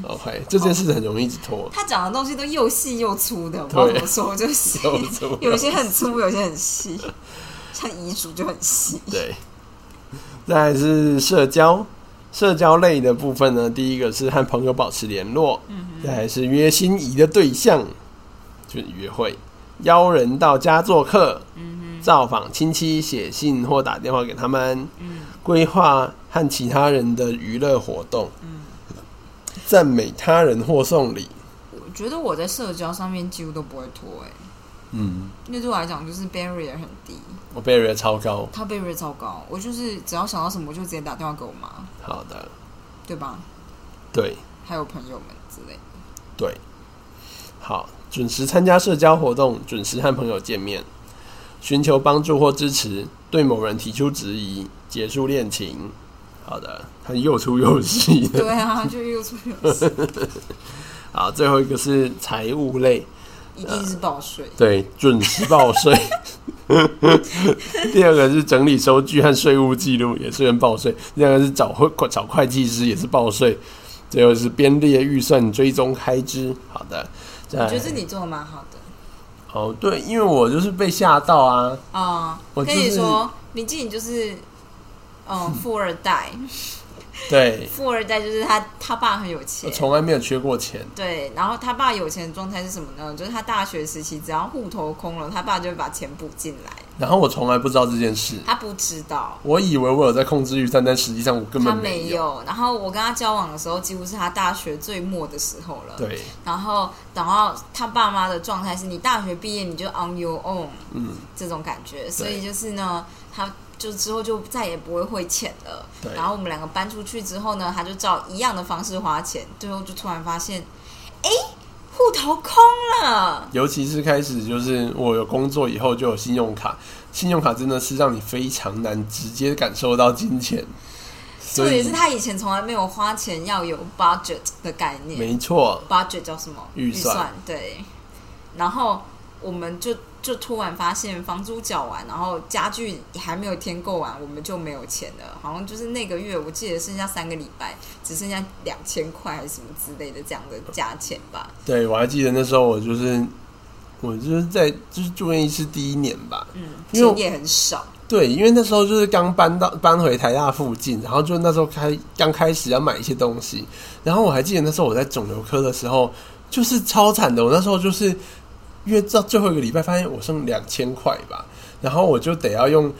OK，这件事很容易一直拖。
他讲的东西都又细又粗的，我不知道怎么说， 就是
又粗
有一些很粗，有一些很细，像遗嘱就很细，
对，再来是社交，社交类的部分呢，第一个是和朋友保持联络，再来是约心仪的对象，就是约会，邀人到家做客，造访亲戚，写信或打电话给他们，规划和其他人的娱乐活动，赞美他人或送礼，
我觉得我在社交上面几乎都不会拖、欸，
嗯，
因为对我来讲就是 barrier 很低，
我 barrier 超高，
他 barrier 超高，我就是只要想到什么我就直接打电话给我妈，
好的，
对吧？
对。
还有朋友们之类的。
对，好，准时参加社交活动，准时和朋友见面，寻求帮助或支持，对某人提出质疑，结束恋情。好的，他又粗又细的。
对啊，就又出又 细，
好，最后一个是财务类，
一定是报税。
对，准时报税。 第二个是整理收据和税务记录，也是跟报税。第二个是找会找会计师，也是报税。最后是编列预算，追踪开支。好的，再
我
来
觉得这你做的蛮好的
哦，对，因为我就是被吓到啊，
啊！
我
跟
就
你
是
说，林静怡就是， 嗯，富二代，
对，
富二代就是他他爸很有
我
钱。
从来没有缺过钱，
对，然后他爸有钱的状态是什么呢？就是他大学时期只要户头空了，他爸就会把钱补进来，
然后我从来不知道这件事，
他不知道。
我以为我有在控制预算，但实际上我根
他
本
没
有。
有，然后我跟他交往的时候，几乎是他大学最末的时候了。
对，
然后，然后他爸妈的状态是你大学毕业你就 on your own，
嗯，
这种感觉，所以就是呢，他就之后就再也不会汇钱了
对。
然后我们两个搬出去之后呢，他就照一样的方式花钱，最后就突然发现，哎，户头空了。
尤其是开始就是我有工作以后就有信用卡，信用卡真的是让你非常难直接感受到金钱，
重
所
点
以
是他以前从来没有花钱要有 budget 的概念，
没错，
budget 叫什么？
预算
对。然后我们就就突然发现房租缴完，然后家具还没有添购完，我们就没有钱了。好像就是那个月，我记得剩下三个礼拜，只剩下两千块还是什么之类的这样的价钱吧。
对我还记得那时候我就是我就是在就是住院医师第一年吧，
嗯，
因为我
钱也很少，
对，因为那时候就是刚搬到搬回台大附近，然后就那时候开刚开始要买一些东西，然后我还记得那时候我在肿瘤科的时候，就是超惨的，我那时候就是因为到最后一个礼拜发现我剩两千块吧，然后我就得要用。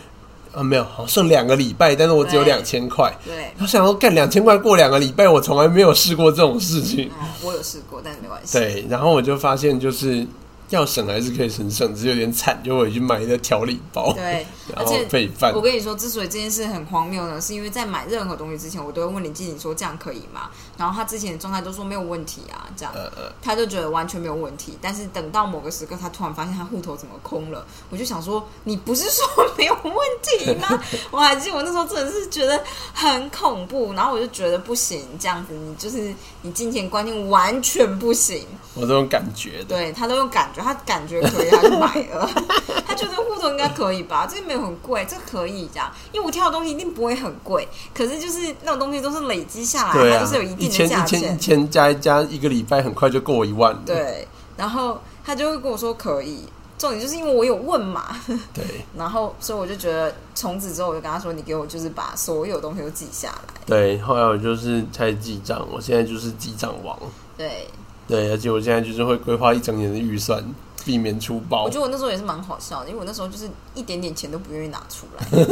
啊，没有，好剩两个礼拜，但是我只有
对
两千块。
对，
我想说，干两千块过两个礼拜，我从来没有试过这种事情。
嗯，我有试过，但是没关系。
对，然后我就发现，就是要省还是可以省，省只是有点惨，就我去买一个调理包，
对，而
然后
且
配饭
我。跟你说，之所以这件事很荒谬呢，是因为在买任何东西之前，我都会问林经理说这样可以吗？然后他之前的状态都说没有问题啊，这样
呃，呃，
他就觉得完全没有问题。但是等到某个时刻，他突然发现他户头怎么空了，我就想说，你不是说没有问题 吗？我还记得我那时候真的是觉得很恐怖，然后我就觉得不行，这样子你就是你金钱观念完全不行。
我这种感觉的。
对他都用感觉，他感觉可以，他就买了。 他觉得护头应该可以吧？这个没有很贵，这个可以这样。因为我挑的东西一定不会很贵，可是就是那种东西都是累积下来，
对
它
啊
就是有一，
一
定
千
的价
一千一
钱。
千加一加，一个礼拜很快就过一万了。
对，然后他就会跟我说可以。重点就是因为我有问嘛，
对
然后所以我就觉得从此之后我就跟他说，你给我就是把所有东西都记下来。
对，后来我就是开始记账，我现在就是记账王。
对，
对，而且我现在就是会规划一整年的预算，避免出包
我觉。得我那时候也是蛮好笑的，因为我那时候就是一点点钱都不愿意拿出来。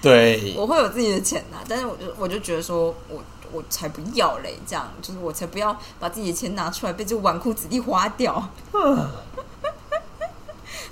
对，
我会有自己的钱呐、但是我就我就觉得说我我才不要嘞，这样就是我才不要把自己的钱拿出来被这纨绔子弟花掉。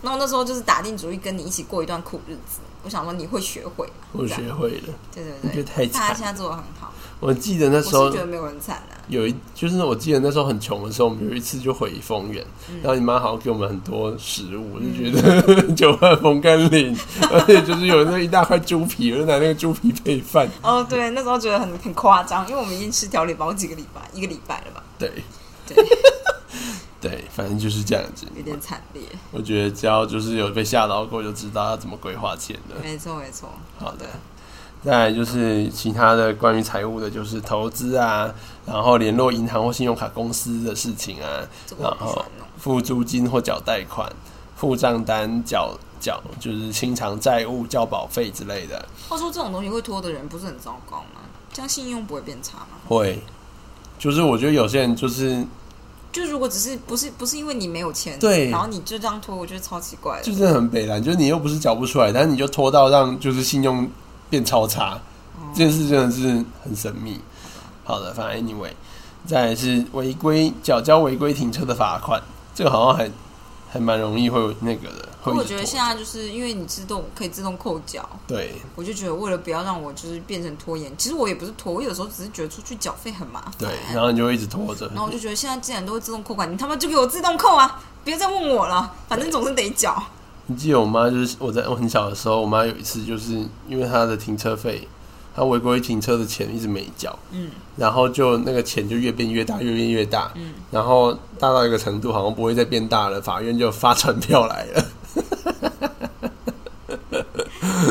然后那时候就是打定主意跟你一起过一段苦日子，我想说你会学会啊，
我
这样
学会了。
对
我
对
觉
对，
得太惨
大家现在做的很好，
我记得那
我
时候
是觉得没有很惨啊。
有一，就是我记得那时候很穷的时候，我们有一次就回丰原，
嗯
然后你妈好像给我们很多食物，我就觉 得九万风干岭，而且就是有那一大块猪皮，我就拿那个猪皮配饭。
哦，对，那时候觉得很很夸张，因为我们已经吃调理包几个礼拜，一个礼拜了吧，
对，
对， 嗯
对，反正就是这样子。
有点惨烈。
我觉得只要就是有被吓到过，就知道要怎么规划钱了。
没错没错，
好的，再来就是其他的关于财务的，就是投资啊，然后联络银行或信用卡公司的事情啊，
这个哦我不
然
喜
后
欢弄。
付租金或缴贷款、付账单、缴缴就是清偿债务、交保费之类的，
话说这种东西会拖的人不是很糟糕吗？这样信用不会变差吗？
会。就是我觉得有些人就是
就如果只是不是不是因为你没有钱，
对
然后你就这样拖，我觉得超奇怪的
就。是很北蓝，就是你又不是缴不出来，但是你就拖到让就是信用变超差，
哦
这件事真的是很神秘。好的，反正 anyway，再来是违规缴交违规停车的罚款，这个好像还还蛮容易会有那个的。
不
会
过
一
我觉
直
得
拖
现在就是因为你自动可以自动扣缴，
对
我就觉得为了不要让我就是变成拖延，其实我也不是拖，我有时候只是觉得出去缴费很麻烦。
对，然后你就会一直拖着。
然后我就觉得现在既然都会自动扣款，你他妈就给我自动扣啊！别再问我了，反正总是得 缴。
你记得我妈就是我在我很小的时候，我妈有一次就是因为她的停车费，她违规停车的钱一直没缴，
嗯，
然后就那个钱就越变越大，越变越大，
嗯，
然后大到一个程度，好像不会再变大了，法院就发传票来了，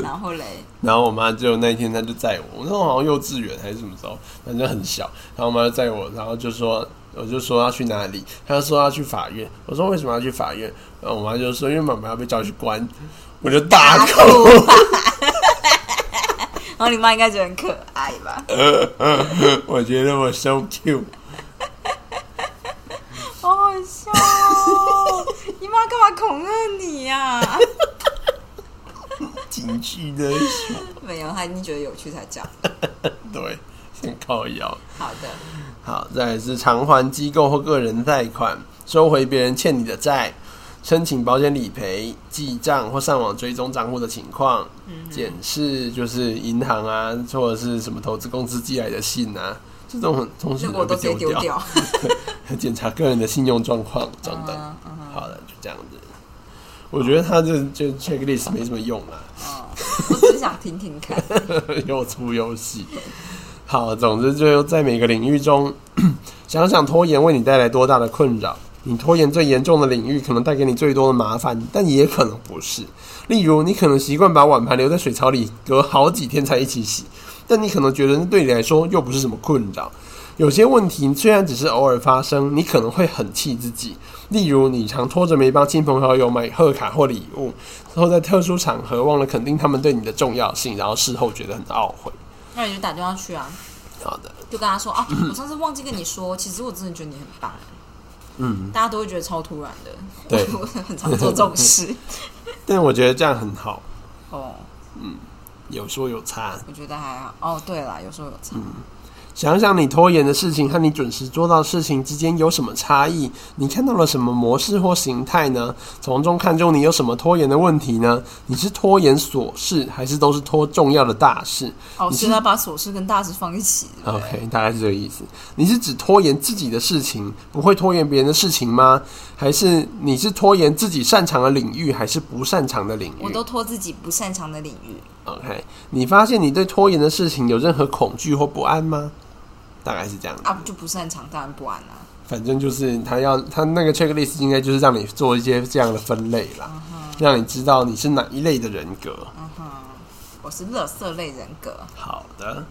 然后嘞，
然后我妈就那一天她就载我，我那时候好像幼稚园还是什么时候，反正很小，然后我妈就载我，然后就说。我就说要去哪里，她就说要去法院。我说为什么要去法院？然后我妈就说因为妈妈要被叫去关，我就大
大
哭。
哭。然后你妈应该觉得很可爱吧？
我觉得我 so cute。
好好笑、哦！你妈干嘛恐吓你啊呀、
情绪的说，
没有，她一定觉得有趣才讲。
对，先靠腰。
好的，
好，再来是偿还机构或个人贷款，收回别人欠你的债，申请保险理赔、记账或上网追踪账户的情况，
嗯
检视就是银行啊或者是什么投资公司寄来的信啊，这种很东西
这个我都直接丢
丢
掉。
检查个人的信用状况等等。
嗯嗯嗯
好了，就这样子。我觉得他这这 checklist 没什么用啊。
嗯我只是想听听看。
又粗又细。好，总之就在每个领域中，想想拖延为你带来多大的困扰。你拖延最严重的领域，可能带给你最多的麻烦，但也可能不是。例如，你可能习惯把碗盘留在水槽里，隔好几天才一起洗，但你可能觉得对你来说又不是什么困扰。有些问题虽然只是偶尔发生，你可能会很气自己。例如，你常拖着没帮亲朋好友买贺卡或礼物，然后在特殊场合忘了肯定他们对你的重要性，然后事后觉得很懊悔。
那你就打电话去啊，
好的，
就跟他说啊，我上次忘记跟你说，其实我真的觉得你很棒，
嗯，
大家都会觉得超突然的。
对
我很常做这种事。
但我觉得这样很好，
哦，
有说有差。
我觉得还好。哦，对啦，有时候有差。
想想你拖延的事情和你准时做到的事情之间有什么差异？你看到了什么模式或形态呢？从中看出你有什么拖延的问题呢？你是拖延琐事，还是都是拖重要的大事？
哦，
你是
是他把琐事跟大事放一起，对不对
OK，大概是这个意思。你是指拖延自己的事情，不会拖延别人的事情吗？还是你是拖延自己擅长的领域，还是不擅长的领域？
我都拖自己不擅长的领域。
OK。你发现你对拖延的事情有任何恐惧或不安吗？大概是这样。
啊，就不擅长，当然不安啊。
反正就是他要他那个 checklist 应该就是让你做一些这样的分类啦，
啊
让你知道你是哪一类的人格。
嗯哼，我是乐色类人格。
好的，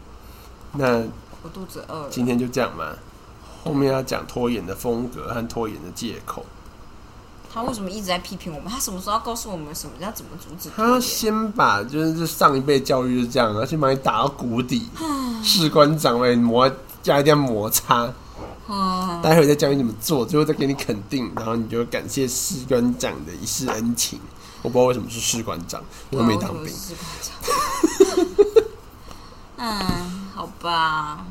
那
我肚子饿了。
今天就这样吧。后面要讲拖延的风格和拖延的借口。
他为什么一直在批评我们？他什么时候要告诉我们什么要怎么阻止拖
他
延？
先把就是这上一辈教育就是这样，啊，先把你打到谷底，士官长辈磨加一点摩擦，
嗯，
待会再教你怎么做，最后再给你肯定，然后你就感谢士官长的一世恩情。我不知道为什么是士官长，我又没当
哦我
兵。
是不想 嗯，好吧，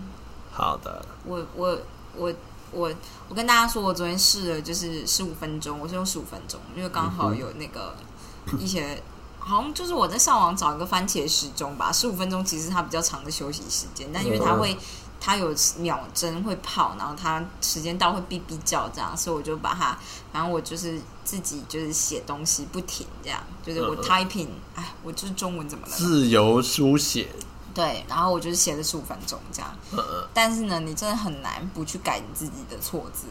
好的，
我我我我我跟大家说，我昨天试了就是十五分钟，我是用十五分钟，因为刚好有那个一些。好像就是我在上网找一个番茄时钟吧，十五分钟其实它比较长的休息时间，但因为它会它有秒针会跑，然后它时间到会哔哔叫这样，所以我就把它，反正我就是自己就是写东西不停这样，就是我
嗯嗯
typing，哎，我就是中文怎么了？
自由书写，
对，然后我就是写了十五分钟这样。
嗯嗯，
但是呢，你真的很难不去改你自己的错字，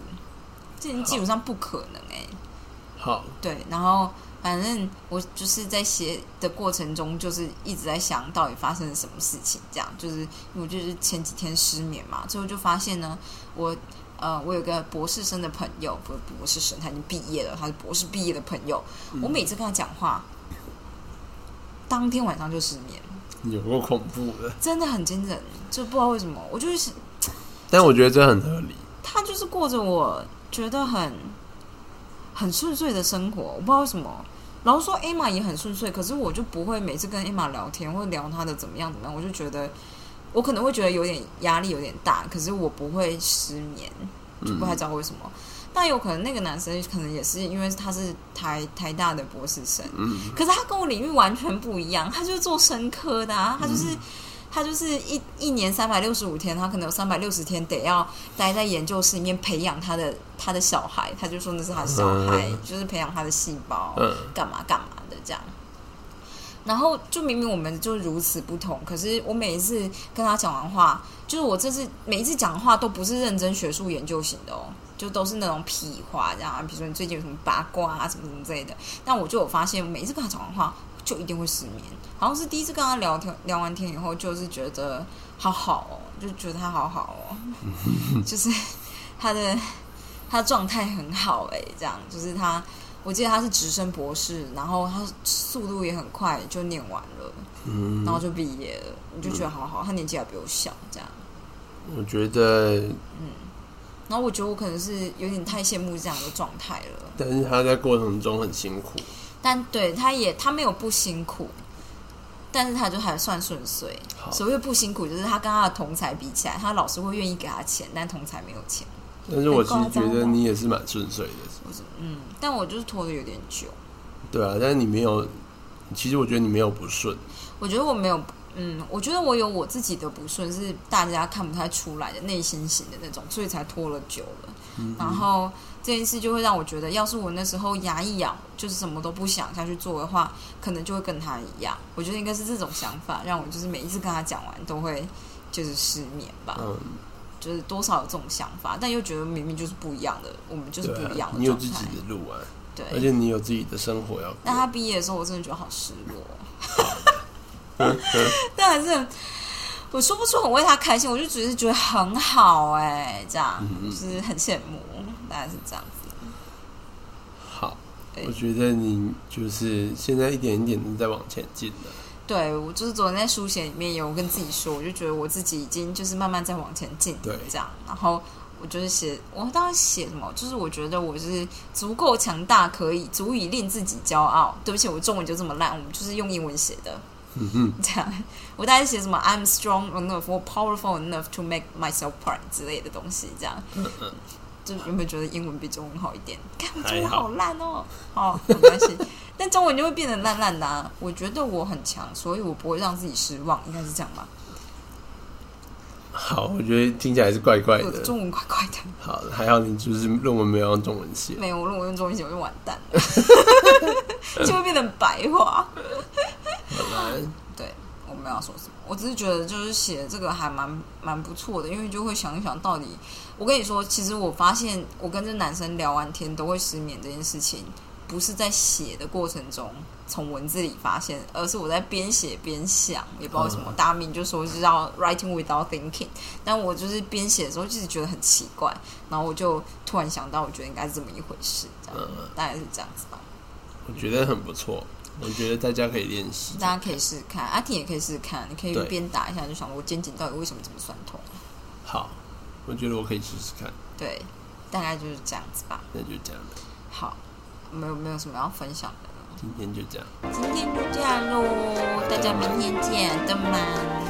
这基本上不可能哎、
好，
对，然后反正我就是在写的过程中，就是一直在想到底发生了什么事情，这样就是我就是前几天失眠嘛，最后就发现呢，我呃，我有个博士生的朋友，不是博士生，他已经毕业了，他是博士毕业的朋友，我每次跟他讲话，当天晚上就失眠，
有够恐怖的，
真的很惊人，就不知道为什么，我就是
但我觉得这很合理。
他就是过着我觉得很很顺遂的生活，我不知道为什么。然后说 Emma 也很顺遂，可是我就不会每次跟 Emma 聊天或聊她的怎么样怎么样，我就觉得我可能会觉得有点压力有点大，可是我不会失眠，就不太知道为什么。但有可能那个男生可能也是因为他是台台大的博士生，
嗯，
可是他跟我领域完全不一样，他就是做生科的、啊，他就是、他就是一一年三百六十五天，他可能有三百六十天得要待在研究室里面培养他的他的小孩，他就说那是他的小孩，
嗯
就是培养他的细胞，
嗯
干嘛干嘛的这样。然后就明明我们就如此不同，可是我每一次跟他讲完话，就是我这次每一次讲话都不是认真学术研究型的哦，就都是那种屁话这样啊，比如说你最近有什么八卦啊，什么什么之类的。但我就有发现，每一次跟他讲完话，就一定会失眠。好像是第一次跟他聊天聊完天以后，就是觉得好好哦，就觉得他好好哦，就是他的他的状态很好哎、这样就是他，我记得他是直升博士，然后他速度也很快就念完了，
嗯
然后就毕业了，我就觉得好好，他年纪还比我小这样。
我觉得，
然后我觉得我可能是有点太羡慕这样的状态了，
但是他在过程中很辛苦。
但对他也他没有不辛苦，但是他就还算顺遂。
好
所谓不辛苦，就是他跟他的同才比起来，他老师会愿意给他钱，但同才没有钱。
但是我其实觉得你也是蛮顺遂的，
我是嗯，但我就是拖的有点久，
对啊，但是你没有，其实我觉得你没有不顺，
我觉得我没有。嗯，我觉得我有我自己的不顺，是大家看不太出来的内心型的那种，所以才拖了久了。
嗯
然后这件事就会让我觉得，要是我那时候牙一咬，就是什么都不想下去做的话，可能就会跟他一样。我觉得应该是这种想法，让我就是每一次跟他讲完都会就是失眠吧，
嗯，
就是多少有这种想法，但又觉得明明就是不一样的，我们就是不
对
一样
啊，
的
你有
状
自己
态。
的路啊，
对，
而且你有自己的生活要
但
过，
他 毕业的时候，我真的觉得好失落。但还是很我说不出很为他开心，我就只是觉得很好哎、这样
嗯嗯
就是很羡慕，大概是这样子。
好，
对
我觉得你就是现在一点一点的在往前进了。
对我就是昨天在书写里面有跟自己说，我就觉得我自己已经就是慢慢在往前进，
对
这样。然后我就是写，我当时写什么？就是我觉得我是足够强大，可以足以令自己骄傲。对不起，我中文就这么烂，我们就是用英文写的。
嗯哼，
这样，我大概写什么 "I'm strong enough" 或 "powerful enough to make myself proud" 之类的东西，这样。
嗯嗯，
就原本觉得英文比中文好一点，看我中文
还好
好烂哦，哦，没关系，但中文就会变得烂烂的、啊。我觉得我很强，所以我不会让自己失望，应该是这样吧？
好，我觉得听起来是怪怪
我的
的。
中文怪怪的，
好，还好你就是论文没有用中文写。
没有，如果我用中文写我就完蛋了， 就会变成白话。
好啦
对，我没有要说什么，我只是觉得就是写这个还蛮蛮不错的，因为就会想一想到底，我跟你说，其实我发现我跟这男生聊完天都会失眠这件事情，不是在写的过程中从文字里发现，而是我在边写边想，也不知道为什么，大家明就说是要 writing without thinking，但我就是边写的时候就是觉得很奇怪，然后我就突然想到，我觉得应该是这么一回事，这样，
嗯
大概是这样子吧。
我觉得很不错，我觉得大家可以练习。
大家可以试试看，阿婷也可以试试看，你可以
对
边打一下就想，我肩颈到底为什么这么酸痛？
好，我觉得我可以试试看，
对，大概就是这样子吧。
那就这样了，
好，没有没有什么要分享的了，
今天就这样。
今天就这样喽，大家明天见，登门。